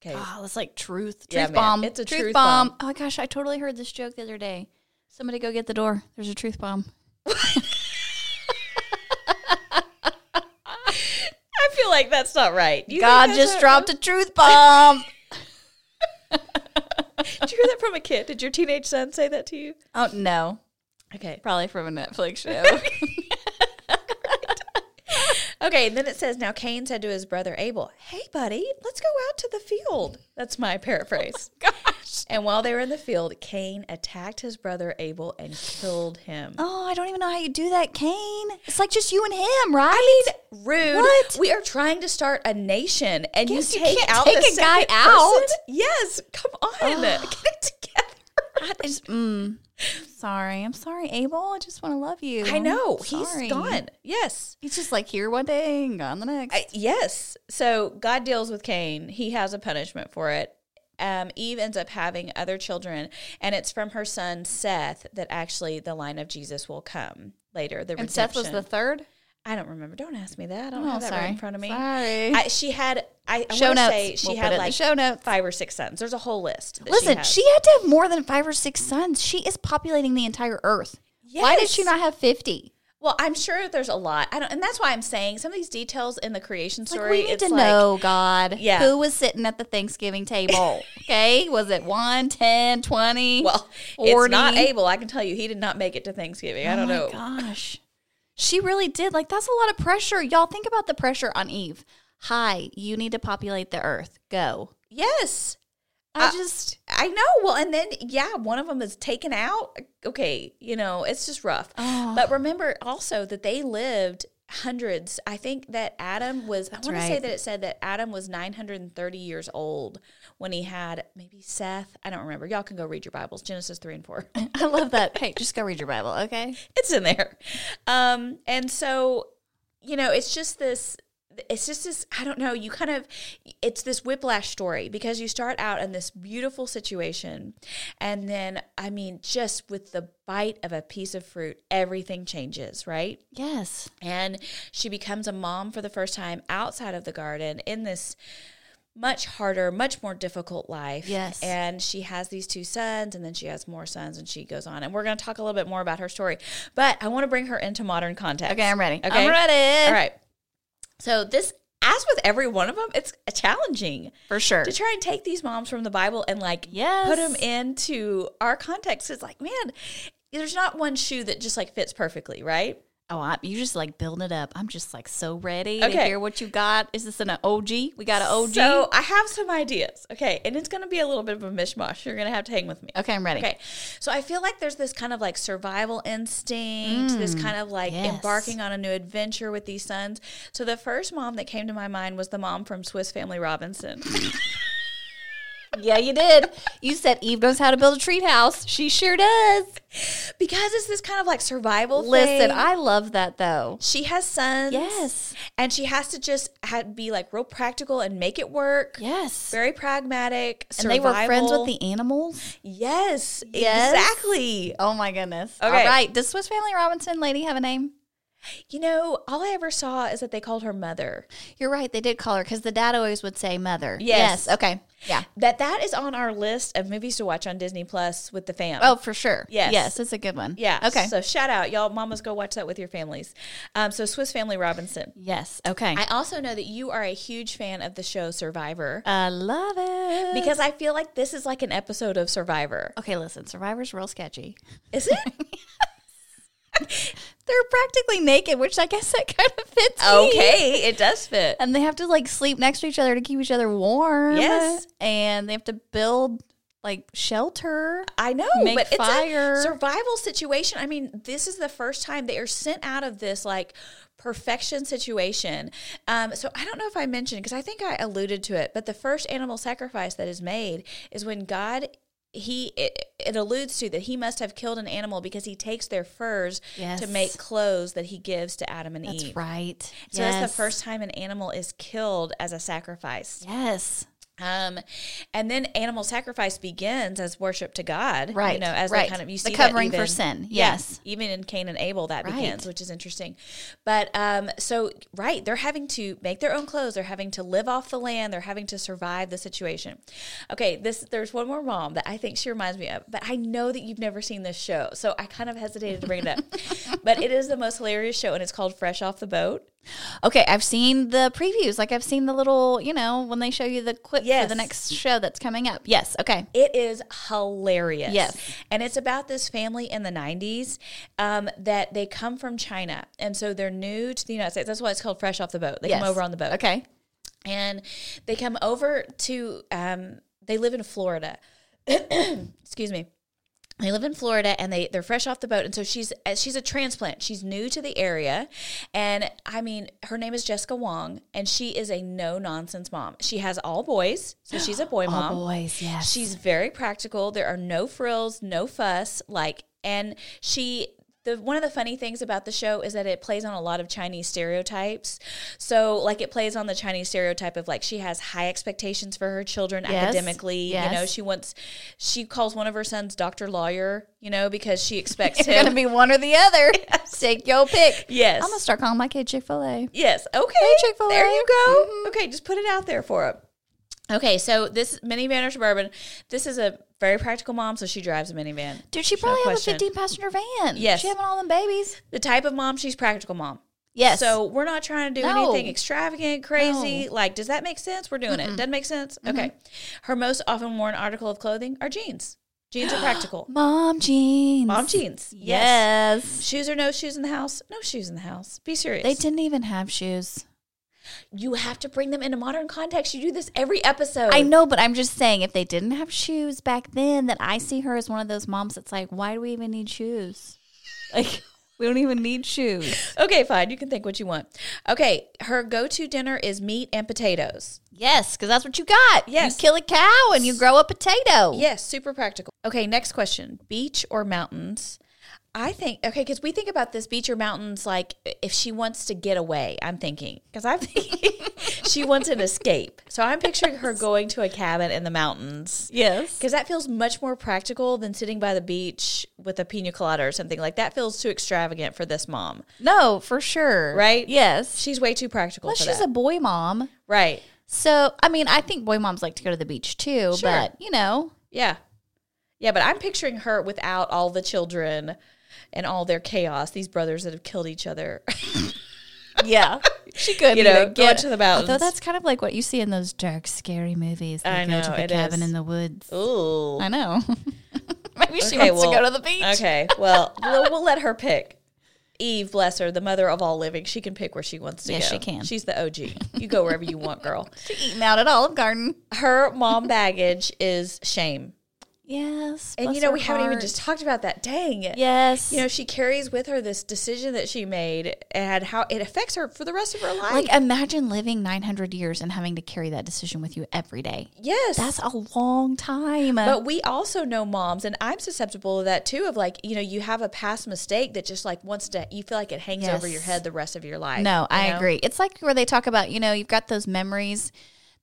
A: Okay.
C: Oh, that's like truth. Truth
A: Yeah, man.
C: bomb.
A: It's a
C: truth,
A: truth
C: bomb. Oh my gosh, I totally heard this joke the other day. Somebody go get the door. There's a truth bomb.
A: I feel like that's not right. You think
C: God
A: that's
C: just
A: not-
C: dropped a [LAUGHS] truth bomb.
A: [LAUGHS] Did you hear that from a kid? Did your teenage son say that to you?
C: oh no.
A: Okay.
C: Probably from a Netflix [LAUGHS] show.
A: Okay, and then it says, Now Cain said to his brother Abel, Hey, buddy, let's go out to the field. That's my [LAUGHS] paraphrase.
C: gosh.
A: And while they were in the field, Cain attacked his brother Abel and killed him.
C: Oh, I don't even know how you do that, Kane. It's like just you and him, right?
A: I mean, rude.
C: What?
A: We are trying to start a nation, and
C: Yes,
A: you
C: you
A: take
C: can't
A: out
C: take
A: the
C: a guy
A: second
C: out.
A: person? Yes, come on, [LAUGHS] get it together.
C: I just, mm, sorry. I'm sorry, Abel. I just want to love you.
A: I know
C: Sorry.
A: he's gone. Yes,
C: He's just like here one day and gone the next.
A: I, yes. So God deals with Cain. He has a punishment for it. Um, Eve ends up having other children, and it's from her son Seth that actually the line of Jesus will come later. The
C: and Seth was the
A: redemption.
C: third.
A: I don't remember. Don't ask me that. I don't
C: Oh,
A: have that right in
C: sorry.
A: front of me.
C: Sorry.
A: I, she had. I, I
C: show
A: want to
C: notes.
A: say she
C: We'll put it
A: had
C: in the
A: like
C: show notes.
A: five or six sons. There's a whole list. that
C: Listen,
A: has.
C: she, had to have more than five or six sons. She is populating the entire earth. Why did she
A: Yes.
C: not have 50?
A: Well, I'm sure there's a lot. I don't, and that's why I'm saying some of these details in the creation
C: Like,
A: story.
C: we need
A: it's
C: to
A: like,
C: know, God,
A: Yeah.
C: who was sitting at the
A: [LAUGHS]
C: Thanksgiving table. okay. Was it 1, 10, 20?
A: Well, it's not
C: 40?
A: Abel. I can tell you, he did not make it to Thanksgiving. I don't
C: my
A: know.
C: Gosh. She really did. Like, that's a lot of pressure. Y'all think about the pressure on Eve. Hi, you need to populate the earth. Go.
A: Yes,
C: I
A: Uh,
C: just,
A: I know. Well, and then yeah, one of them is taken out. Okay, you know, it's just rough.
C: Oh.
A: But remember also that they lived hundreds. I think that Adam was. I want to say
C: right.
A: that it said that Adam was 930 years old when he had maybe Seth. I don't remember. Y'all can go read your Bibles, Genesis three and four.
C: I love that. Hey, just go read your Bible, okay?
A: it's in there. Um, and so, you know, it's just this. It's just this. I don't know. You kind of. It's this whiplash story because you start out in this beautiful situation, and then I mean, just with the bite of a piece of fruit, everything changes, right?
C: Yes.
A: And she becomes a mom for the first time outside of the garden in this much harder, much more difficult life.
C: Yes.
A: And she has these two sons, and then she has more sons, and she goes on. And we're going to talk a little bit more about her story, but I want to bring her into modern context.
C: Okay, I'm ready.
A: Okay.
C: I'm ready.
A: All right. So, this, as with every one of them, it's challenging
C: For sure.
A: to try and take these moms from the Bible and like
C: Yes.
A: put them into our context. It's like, man, there's not one shoe that just like fits perfectly, right?
C: Oh, I, you just like building it up. I'm just like so ready to
A: Okay.
C: hear what you got. Is this an OG? We got an OG.
A: So I have some ideas. Okay. And it's going to be a little bit of a mishmash. You're going to have to hang with me.
C: okay, I'm ready.
A: Okay. So I feel like there's this kind of like survival instinct, this kind of like
C: Mm, yes.
A: embarking on a new adventure with these sons. So the first mom that came to my mind was the mom from Swiss Family Robinson. [LAUGHS]
C: Yeah, you did. You said Eve knows how to build a tree house. She sure does.
A: because it's this kind of like survival
C: Listen,
A: thing.
C: I love that though.
A: she has sons.
C: Yes.
A: And she has to just ha be like real practical and make it work.
C: Yes.
A: Very pragmatic.
C: And they were friends
A: survival.
C: with the animals.
A: Yes.
C: Yes.
A: Exactly.
C: Oh my goodness.
A: Okay.
C: All right. Does Swiss Family Robinson lady have a name?
A: You know, all I ever saw is that they called her mother.
C: You're right. They did call her because the dad always would say mother.
A: Yes.
C: Okay. Yeah.
A: That that is on our list of movies to watch on Disney Plus with the fam.
C: Oh, for sure.
A: Yes.
C: Yes. It's a good one.
A: yeah.
C: Okay.
A: So shout out, y'all, mamas, go watch that with your families. Um, so Swiss Family Robinson.
C: yes. Okay.
A: I also know that you are a huge fan of the show Survivor
C: I love it.
A: because I feel like this is like an episode of Survivor.
C: Okay, listen, Survivor's real sketchy.
A: Is it?
C: They're practically naked, which I guess that kind of fits.
A: [LAUGHS]
C: me.
A: okay, it does fit.
C: And they have to like sleep next to each other to keep each other warm.
A: Yes.
C: And they have to build like shelter.
A: I know,
C: Make
A: but
C: fire.
A: it's a survival situation. I mean, this is the first time they are sent out of this like perfection situation. Um, so I don't know if I mentioned because I think I alluded to it, but the first animal sacrifice that is made is when God he it, it alludes to that he must have killed an animal because he takes their furs
C: Yes.
A: to make clothes that he gives to Adam and Eve.
C: right.
A: So that's the first time an animal is killed as a sacrifice.
C: Yes.
A: Um, and then animal sacrifice begins as worship to God, You
C: Right,
A: know, as
C: right.
A: they kind of you
C: The
A: see
C: covering
A: that
C: for
A: even-
C: sin,
A: yeah,
C: yes.
A: even in Cain and Abel that
C: Right.
A: begins, which is interesting. But um, so right, they're having to make their own clothes. They're having to live off the land. They're having to survive the situation. Okay, this there's one more mom that I think she reminds me of, but I know that you've never seen this show, so I kind of hesitated to bring it up.
C: [LAUGHS]
A: but it is the most hilarious show, and it's called Fresh Off the Boat.
C: Okay, I've seen the previews. Like I've seen the little, you know, when they show you the clip for
A: Yes.
C: the next show that's coming up. Yes. Okay.
A: It is hilarious.
C: Yes.
A: And it's about this family in the 90s um, that they come from China. And so they're new to the United States. That's why it's called Fresh Off the Boat. They
C: Yes.
A: come over on the boat.
C: Okay.
A: And they come over to, um, they live in Florida. [COUGHS] excuse me they live in Florida and they they're fresh off the boat and so she's uh, she's a transplant she's new to the area and I mean her name is Jessica Wong and she is a no nonsense mom she has all boys so she's a
C: [GASPS]
A: boy
C: Uh-huh.
A: mom
C: boys, yes.
A: She's very practical. There are no frills, no fuss. Like, and she. The, one of the funny things about the show is that it plays on a lot of Chinese stereotypes. So, like, it plays on the Chinese stereotype of like she has high expectations for her children
C: Yes,
A: academically. You know,
C: yes.
A: she wants, she calls one of her sons Doctor Lawyer. You know, because she
C: [LAUGHS]
A: expects
C: It's gonna
A: him.
C: be one or the [LAUGHS] other. Take your pick.
A: [LAUGHS] yes,
C: I'm gonna start calling my kid Chick Fil A.
A: Yes. Okay.
C: Chick-fil-A. Mm-hmm.
A: There you go. Okay, just put it out there for him. Okay, so this minivan or suburban, this is a very practical mom, so she drives a minivan.
C: Dude, she probably has
A: question.
C: a 15 passenger van.
A: Yes.
C: she having all them babies.
A: The type of mom, she's practical mom.
C: Yes.
A: So we're not trying to do
C: No.
A: anything extravagant, crazy. Like, does that make sense? We're doing it. Doesn't make sense? Okay. Her most often worn article of clothing are jeans. [GASPS] Jeans are practical.
C: mom jeans.
A: Mom jeans. Yes.
C: Yes.
A: Shoes or no shoes in the house? No shoes in the house. Be serious.
C: They didn't even have shoes.
A: you have to bring them into modern context. You do this every episode.
C: I know, but I'm just saying, if they didn't have shoes back then, that I see her as one of those moms that's like, why do we even need shoes? [LAUGHS] Like, we don't even need shoes.
A: Okay, fine. You can think what you want. Okay, her go-to dinner is meat and potatoes.
C: Yes, because that's what you got.
A: Yes.
C: You kill a cow and you grow a potato.
A: Yes, super practical. Okay, next question: beach or mountains? I think okay because we think about this beach or mountains like if she wants to get away. I'm thinking because I'm [LAUGHS] thinking she wants an escape. So I'm picturing her going to a cabin in the mountains.
C: Yes.
A: Because that feels much more practical than sitting by the beach with a pina colada or something like that. Feels too extravagant for this mom.
C: No, for sure.
A: Right?
C: Yes.
A: She's way too practical.
C: Plus,
A: for
C: she's
A: that.
C: a boy mom.
A: right.
C: So, I mean, I think boy moms like to go to the beach too,
A: Sure.
C: but, you know,
A: Yeah. Yeah, but I'm picturing her without all the children and all their chaos, these brothers that have killed each other. [LAUGHS]
C: yeah, [LAUGHS] she could.
A: You know, go to the mountains.
C: Although that's kind of like what you see in those dark, scary movies. They
A: I
C: go to
A: know,
C: the
A: it
C: cabin
A: is.
C: in the woods.
A: Ooh.
C: I know. [LAUGHS] Maybe she
A: Okay,
C: wants to
A: well,
C: go to the beach. [LAUGHS]
A: Okay. Well, we'll, we'll let her pick. Eve, bless her, the mother of all living, she can pick where she wants to
C: Yes,
A: go.
C: she can.
A: She's the OG.
C: [LAUGHS]
A: You go wherever you want, girl.
C: Eating out at Olive Garden.
A: Her mom baggage is shame.
C: Yes.
A: And
C: bless
A: you know,
C: her
A: we haven't even
C: heart.
A: just talked about that. Dang. it.
C: Yes.
A: You know, she carries with her this decision that she made and how it affects her for the rest of her life.
C: like imagine living 900 years and having to carry that decision with you every day.
A: yes.
C: That's a long time.
A: But we also know moms, and I'm susceptible to that too. Of like, you know, you have a past mistake that just like wants to, you feel like it hangs over
C: Yes.
A: your head the rest of your life.
C: no, I
A: you know?
C: agree. It's like where they talk about, you know, you've got those memories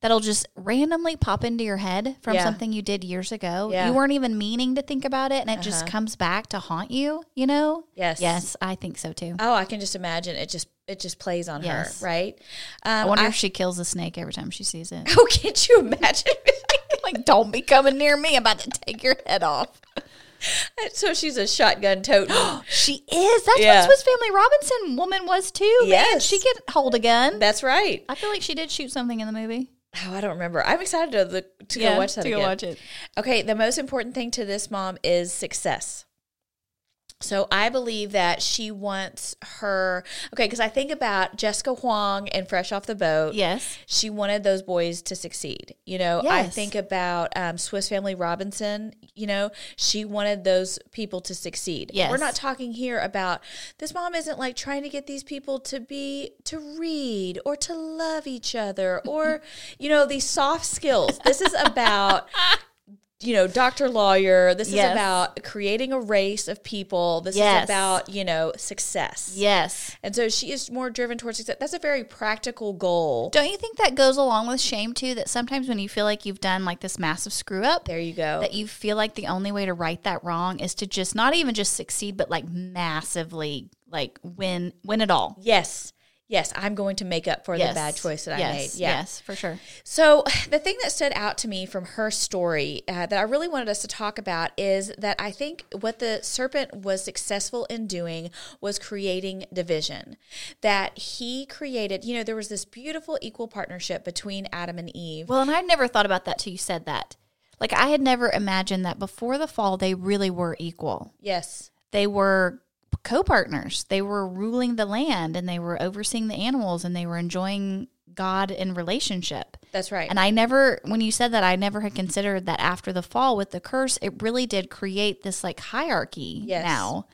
C: that'll just randomly pop into your head from
A: Yeah.
C: something you did years ago.
A: Yeah. Uh-huh.
C: You weren't even meaning to think about it and it just comes back to haunt you, you know?
A: Yes.
C: Yes, I think so too.
A: Oh, I can just imagine it. Just it just plays on
C: Yes.
A: her, right?
C: I
A: Um, [LAUGHS]
C: wonder
A: I-
C: if she kills a snake every time she sees it.
A: oh, can't you imagine? [LAUGHS]
C: [LAUGHS] like, don't be coming near me. I'm about to take your head off.
A: so she's a shotgun
C: [GASPS]
A: totem.
C: She is. That's
A: Yeah.
C: what Swiss Family Robinson woman was too. Man,
A: Yes.
C: she could hold a gun.
A: That's right.
C: I feel like she did shoot something in the movie.
A: Oh, I don't remember. I'm excited to, the, to go watch that
C: to
A: again.
C: go watch it.
A: Okay, the most important thing to this mom is success. So I believe that she wants her okay because I think about Jessica Huang and Fresh Off the Boat.
C: Yes.
A: She wanted those boys to succeed. You know, I
C: Yes.
A: think about um, Swiss Family Robinson. You know, she wanted those people to succeed.
C: Yes.
A: We're not talking here about this mom isn't like trying to get these people to be, to read or to love each other
C: [LAUGHS]
A: or, you know, these soft skills. This is about. You know, doctor, lawyer. This
C: Yes.
A: is about creating a race of people. This is
C: Yes.
A: about you know success.
C: Yes.
A: And so she is more driven towards success. That's a very practical goal.
C: Don't you think that goes along with shame too? That sometimes when you feel like you've done like this massive screw up,
A: There you go.
C: that you feel like the only way to right that wrong is to just not even just succeed, but like massively like win win it all.
A: Yes. Yes, I'm going to make up for the bad choice that I made.
C: Yes.
A: Yeah.
C: Yes, for sure.
A: So, [SIGHS] the thing that stood out to me from her story uh, that I really wanted us to talk about is that I think what the serpent was successful in doing was creating division. That he created, you know, there was this beautiful equal partnership between Adam and Eve.
C: Well, and I'd never thought about that till you said that. Like I had never imagined that before the fall they really were equal.
A: yes.
C: They were co-partners. They were ruling the land and they were overseeing the animals and they were enjoying God in relationship.
A: That's right.
C: And I never, when you said that, I never had considered that after the fall with the curse, it really did create this like hierarchy
A: Yes.
C: now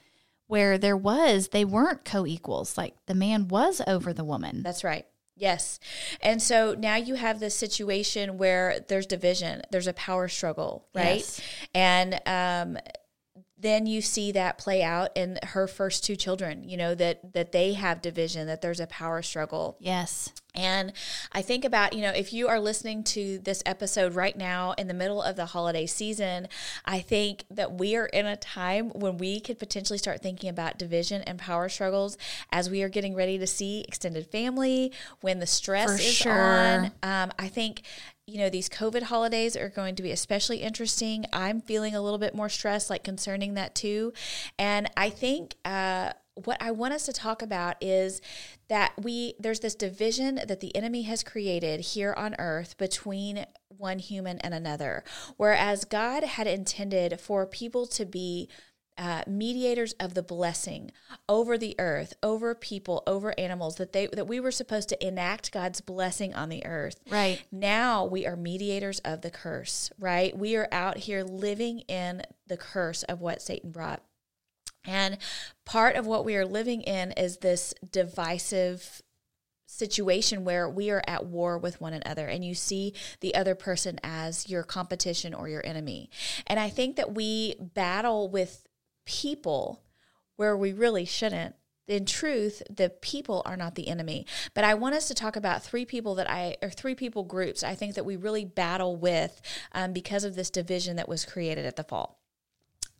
C: where there was, they weren't co equals. Like the man was over the woman.
A: That's right. Yes. And so now you have this situation where there's division, there's a power struggle, right?
C: Yes.
A: And um, then you see that play out in her first two children, you know, that that they have division, that there's a power struggle.
C: yes.
A: And I think about, you know, if you are listening to this episode right now in the middle of the holiday season, I think that we are in a time when we could potentially start thinking about division and power struggles as we are getting ready to see extended family, when the stress
C: For
A: is
C: sure.
A: on. Um, I think. You know, these COVID holidays are going to be especially interesting. I'm feeling a little bit more stressed, like concerning that too. And I think uh, what I want us to talk about is that we there's this division that the enemy has created here on earth between one human and another, whereas God had intended for people to be uh, mediators of the blessing over the earth, over people, over animals. That they that we were supposed to enact God's blessing on the earth.
C: Right.
A: Now we are mediators of the curse, right? We are out here living in the curse of what Satan brought. And part of what we are living in is this divisive situation where we are at war with one another and you see the other person as your competition or your enemy. And I think that we battle with people where we really shouldn't. In truth, the people are not the enemy. But I want us to talk about three people that I, or three people groups I think that we really battle with um, because of this division that was created at the fall.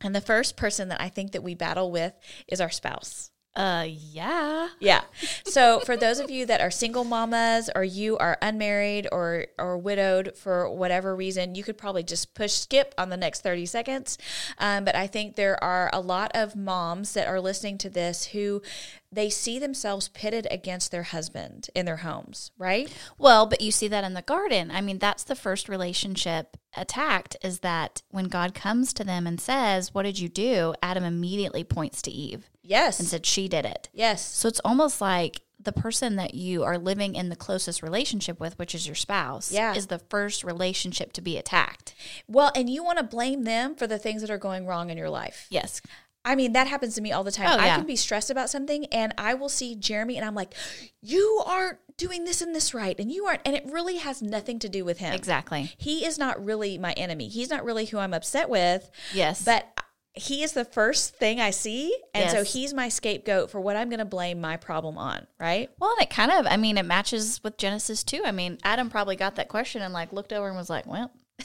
A: And the first person that I think that we battle with is our spouse.
C: Uh, yeah.
A: Yeah. So for those of you that are single mamas or you are unmarried or or widowed for whatever reason, you could probably just push skip on the next 30 seconds. Um, but I think there are a lot of moms that are listening to this who they see themselves pitted against their husband in their homes, right?
C: Well, but you see that in the garden. I mean, that's the first relationship attacked is that when God comes to them and says, What did you do? Adam immediately points to Eve and
A: Yes.
C: said, She did it.
A: Yes.
C: So it's almost like the person that you are living in the closest relationship with, which is your spouse,
A: Yeah.
C: is the first relationship to be attacked.
A: Well, and you want to blame them for the things that are going wrong in your life.
C: Yes.
A: I mean, that happens to me all the time.
C: Oh,
A: I
C: yeah.
A: can be stressed about something and I will see Jeremy and I'm like, you aren't doing this and this right. And you aren't. And it really has nothing to do with him.
C: Exactly.
A: He is not really my enemy. He's not really who I'm upset with,
C: Yes.
A: but he is the first thing I see. And so
C: Yes.
A: he's my scapegoat for what I'm going to blame my problem on, right?
C: well, and it kind of, I mean, it matches with Genesis too. I mean, Adam probably got that question and like looked over and was like, well, [LAUGHS]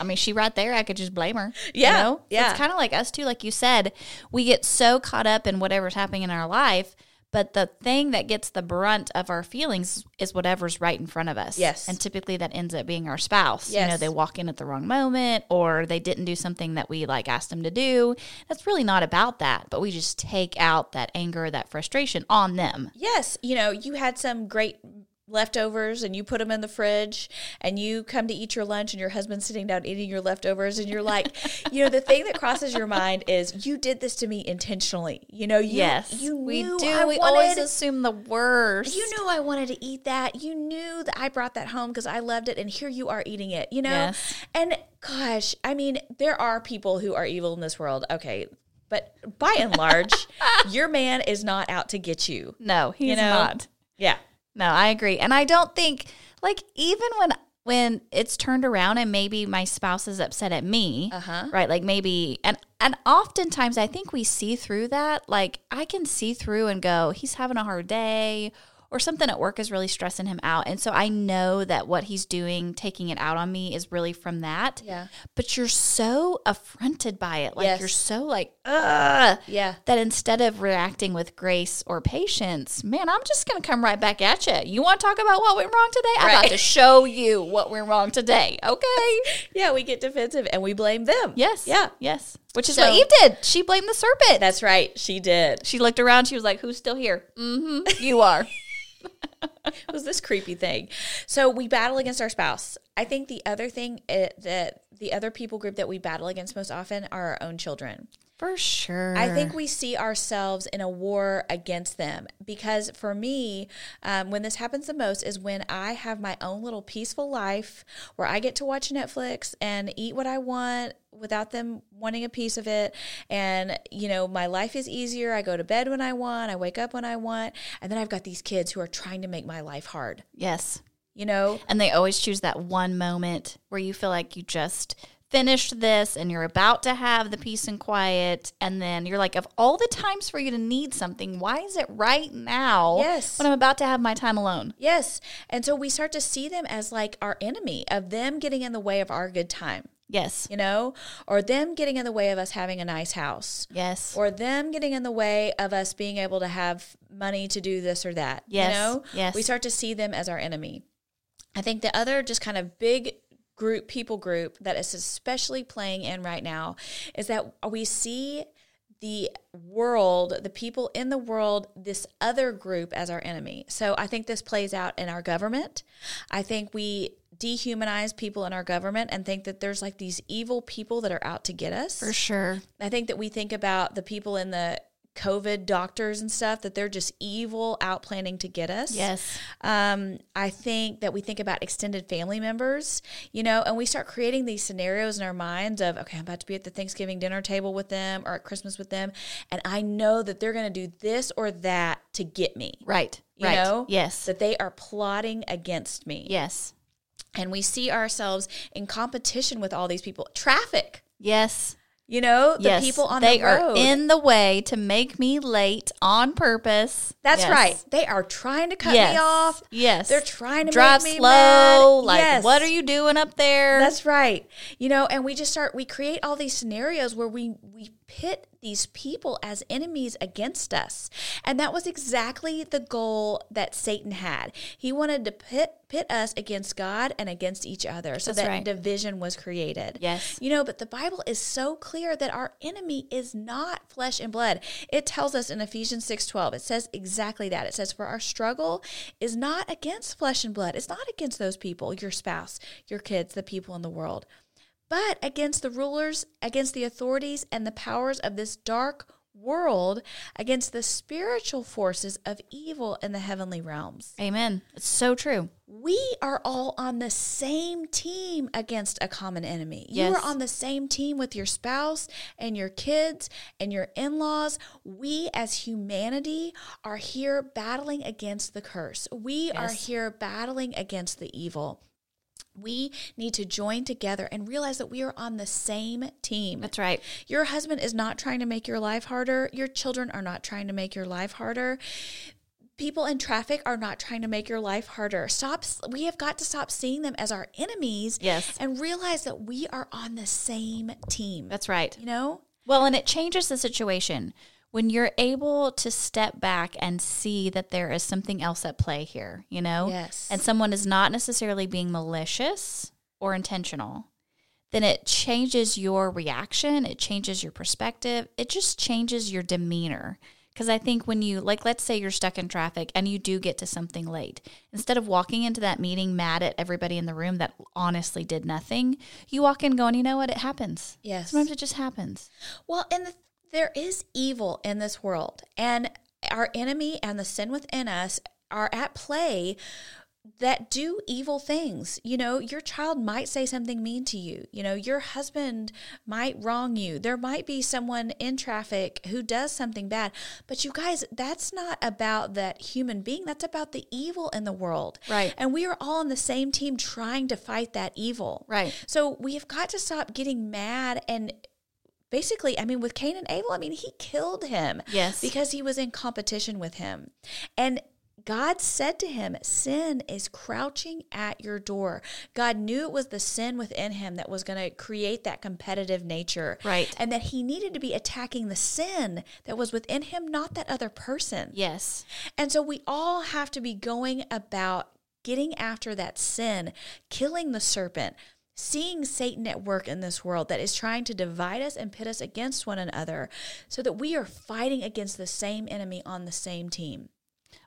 C: I mean, she right there. I could just blame her.
A: [LAUGHS] Yeah,
C: You know? So
A: yeah.
C: it's kind of like us too. Like you said, we get so caught up in whatever's happening in our life. But the thing that gets the brunt of our feelings is whatever's right in front of us.
A: Yes.
C: And typically that ends up being our spouse. You know,
A: Yes.
C: they walk in at the wrong moment or they didn't do something that we like asked them to do. That's really not about that. But we just take out that anger, that frustration on them.
A: Yes, you know, you had some great leftovers and you put them in the fridge and you come to eat your lunch and your husband's sitting down eating your leftovers and you're like, [LAUGHS] you know, the thing that crosses your mind is you did this to me intentionally. You know, you, you knew
C: we do.
A: I
C: we
A: wanted,
C: always assume the worst.
A: you knew I wanted to eat that. You knew that I brought that home because I loved it and here you are eating it, you know?
C: Yes.
A: And gosh, I mean, there are people who are evil in this world. Okay. But by and
C: [LAUGHS]
A: large, your man is not out to get you.
C: No, he's
A: You know?
C: not.
A: Yeah.
C: No, I agree. And I don't think like even when when it's turned around and maybe my spouse is upset at me,
A: Uh-huh.
C: right? Like maybe and and oftentimes I think we see through that. Like I can see through and go, he's having a hard day or something at work is really stressing him out. And so I know that what he's doing, taking it out on me is really from that.
A: Yeah.
C: But you're so affronted by it. Like
A: Yes.
C: you're so like, ugh
A: Yeah.
C: that instead of reacting with grace or patience, man, I'm just going to come right back at you. You want to talk about what went wrong today? I'm
A: Right.
C: about to show you what went wrong today. Okay.
A: [LAUGHS] Yeah, we get defensive and we blame them.
C: Yes.
A: Yeah.
C: Yes. Which is
A: So-
C: what Eve did. She blamed the serpent.
A: That's right. She did. [LAUGHS]
C: she looked around. She was like, who's still here? Mm-hmm. You are.
A: It was this creepy thing. So we battle against our spouse. I eh, think the other thing uh, that the other people group that we battle against most often are our own children.
C: For sure.
A: I think we see ourselves in a war against them because for me, um, when this happens the most is when I have my own little peaceful life where I get to watch Netflix and eat what I want without them wanting a piece of it. And, you know, my life is easier. I go to bed when I want, I wake up when I want. And then I've got these kids who are trying to make my life hard,
C: Yes.
A: you know?
C: And they always choose that one moment where you feel like you just finished this and you're about to have the peace and quiet. And then you're like, of all the times for you to need something, why is it right now
A: Yes.
C: when I'm about to have my time alone?
A: Yes. And so we start to see them as like our enemy, of them getting in the way of our good time.
C: Yes.
A: you know, or them getting in the way of us having a nice house,
C: Yes.
A: or them getting in the way of us being able to have money to do this or that.
C: Yes,
A: You know,
C: yes.
A: we start to see them as our enemy. I think the other just kind of big group, people group that is especially playing in right now is that we see the world, the people in the world, this other group as our enemy. So I think this plays out in our government. I think we dehumanize people in our government and think that there's like these evil people that are out to get us.
C: for sure.
A: I think that we think about the people in the COVID doctors and stuff that they're just evil out planning to get us.
C: Yes.
A: Um, I think that we think about extended family members, you know, and we start creating these scenarios in our minds of, okay, I'm about to be at the Thanksgiving dinner table with them or at Christmas with them, and I know that they're going to do this or that to get me.
C: Right.
A: You
C: right.
A: know?
C: Yes.
A: That they are plotting against me.
C: yes.
A: And we see ourselves in competition with all these people. Traffic,
C: Yes.
A: you know, the
C: yes.
A: people on
C: they
A: the road.
C: are in the way to make me late on purpose.
A: That's
C: Yes.
A: right. They are trying to cut
C: yes.
A: me off.
C: Yes.
A: They're trying to
C: drive
A: make me
C: slow.
A: mad.
C: Like,
A: Yes.
C: what are you doing up there?
A: That's right. You know, and we just start we create all these scenarios where we we pit these people as enemies against us. And that was exactly the goal that Satan had. He wanted to pit pit us against God and against each other so
C: That's
A: that
C: right.
A: division was created.
C: Yes.
A: You know, but the Bible is so clear that our enemy is not flesh and blood. It tells us in Ephesians 6:12. It says exactly that. It says for our struggle is not against flesh and blood. It's not against those people, your spouse, your kids, the people in the world, but against the rulers, against the authorities and the powers of this dark world, against the spiritual forces of evil in the heavenly realms.
C: Amen. It's so true.
A: We are all on the same team against a common enemy. You
C: Yes.
A: are on the same team with your spouse and your kids and your in laws. We as humanity are here battling against the curse. We are
C: Yes.
A: here battling against the evil. We need to join together and realize that we are on the same team.
C: That's right.
A: Your husband is not trying to make your life harder. Your children are not trying to make your life harder. People in traffic are not trying to make your life harder. Stop we have got to stop seeing them as our enemies
C: Yes.
A: and realize that we are on the same team.
C: That's right.
A: you know?
C: Well, and it changes the situation when you're able to step back and see that there is something else at play here, you know?
A: Yes.
C: And someone is not necessarily being malicious or intentional. Then it changes your reaction, it changes your perspective, it just changes your demeanor. Because I think when you, like, let's say you're stuck in traffic and you do get to something late, instead of walking into that meeting mad at everybody in the room that honestly did nothing, you walk in going, you know what, it happens.
A: Yes.
C: Sometimes it just happens.
A: Well, and the, there is evil in this world, and our enemy and the sin within us are at play that do evil things. You know, your child might say something mean to you. You know, your husband might wrong you. There might be someone in traffic who does something bad. But you guys, that's not about that human being. That's about the evil in the world.
C: Right.
A: And we are all on the same team trying to fight that evil.
C: Right.
A: So we have got to stop getting mad and basically, I mean, with Cain and Abel, I mean, he killed him.
C: Yes.
A: Because he was in competition with him. And God said to him, Sin is crouching at your door. God knew it was the sin within him that was going to create that competitive nature.
C: Right.
A: And that he needed to be attacking the sin that was within him, not that other person.
C: Yes.
A: And so we all have to be going about getting after that sin, killing the serpent, seeing Satan at work in this world that is trying to divide us and pit us against one another so that we are fighting against the same enemy on the same team.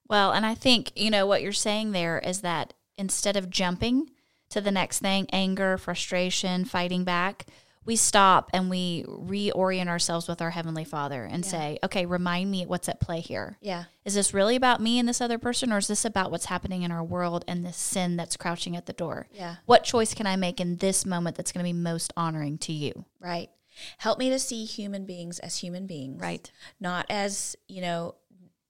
C: Well, and I think, you know, what you're saying there is that instead of jumping to the next thing, anger, frustration, fighting back, we stop and we reorient ourselves with our Heavenly Father and say, okay, remind me what's at play here.
A: Yeah.
C: Is this really about me and this other person, or is this about what's happening in our world and this sin that's crouching at the door?
A: Yeah.
C: What choice can I make in this moment that's going to be most honoring to you?
A: Right. Help me to see human beings as human beings.
C: Right.
A: Not as, you know,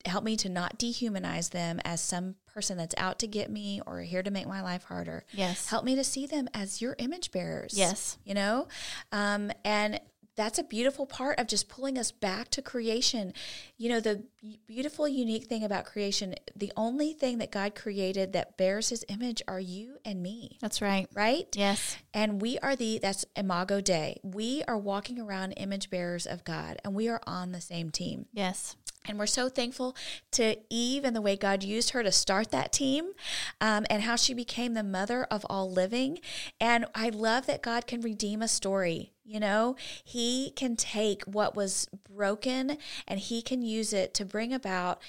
A: help me to not dehumanize them as some person that's out to get me or here to make my life harder.
C: Yes.
A: Help me to see them as your image bearers.
C: Yes.
A: You know? Um, and that's a beautiful part of just pulling us back to creation. You know, the b- beautiful, unique thing about creation, the only thing that God created that bears his image are you and me,
C: That's right.
A: right?
C: Yes.
A: And we are the, that's Imago Day. We are walking around image bearers of God and we are on the same team.
C: Yes.
A: And we're so thankful to Eve and the way God used her to start that team um, and how she became the mother of all living. And I love that God can redeem a story. You know, He can take what was broken and He can use it to bring about,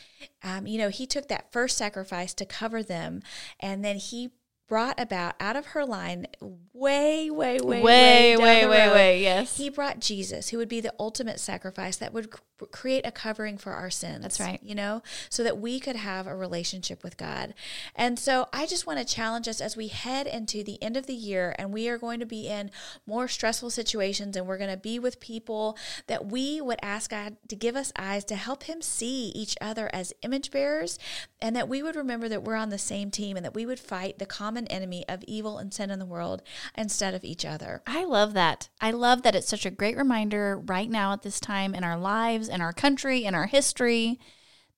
A: um, you know, He took that first sacrifice to cover them and then He brought about out of her line way, way, way, way, down the road,
C: Yes.
A: he brought Jesus, who would be the ultimate sacrifice that would cr- create a covering for our sins.
C: That's right.
A: You know, so that we could have a relationship with God. And so I just want to challenge us as we head into the end of the year and we are going to be in more stressful situations and we're going to be with people that we would ask God to give us eyes to help Him see each other as image bearers and that we would remember that we're on the same team and that we would fight the common enemy of evil and sin in the world instead of each other.
C: I love that. I love that it's such a great reminder right now at this time in our lives, in our country, in our history,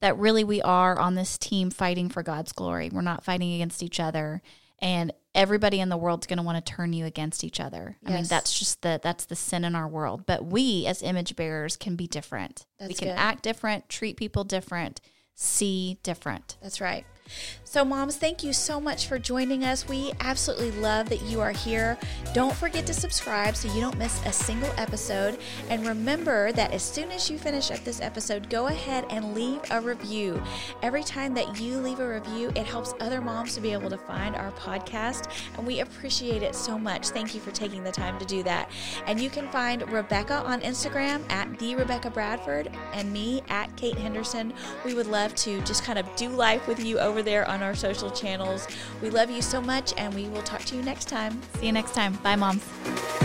C: that really we are on this team fighting for God's glory. We're not fighting against each other. And everybody in the world's going to want to turn you against each other. I mean,
A: Yes.
C: that's just the that's the sin in our world. But we as image bearers can be different. we
A: That's
C: can
A: good.
C: act different, treat people different, see different.
A: That's right. So, moms, thank you so much for joining us. We absolutely love that you are here. Don't forget to subscribe so you don't miss a single episode. And remember that as soon as you finish up this episode, go ahead and leave a review. Every time that you leave a review, it helps other moms to be able to find our podcast. And we appreciate it so much. Thank you for taking the time to do that. And you can find Rebecca on Instagram at the Rebecca Bradford and me at Kate Henderson. We would love to just kind of do life with you over there on our social channels. We love you so much, and we will talk to you next time.
C: See you next time. Bye, moms.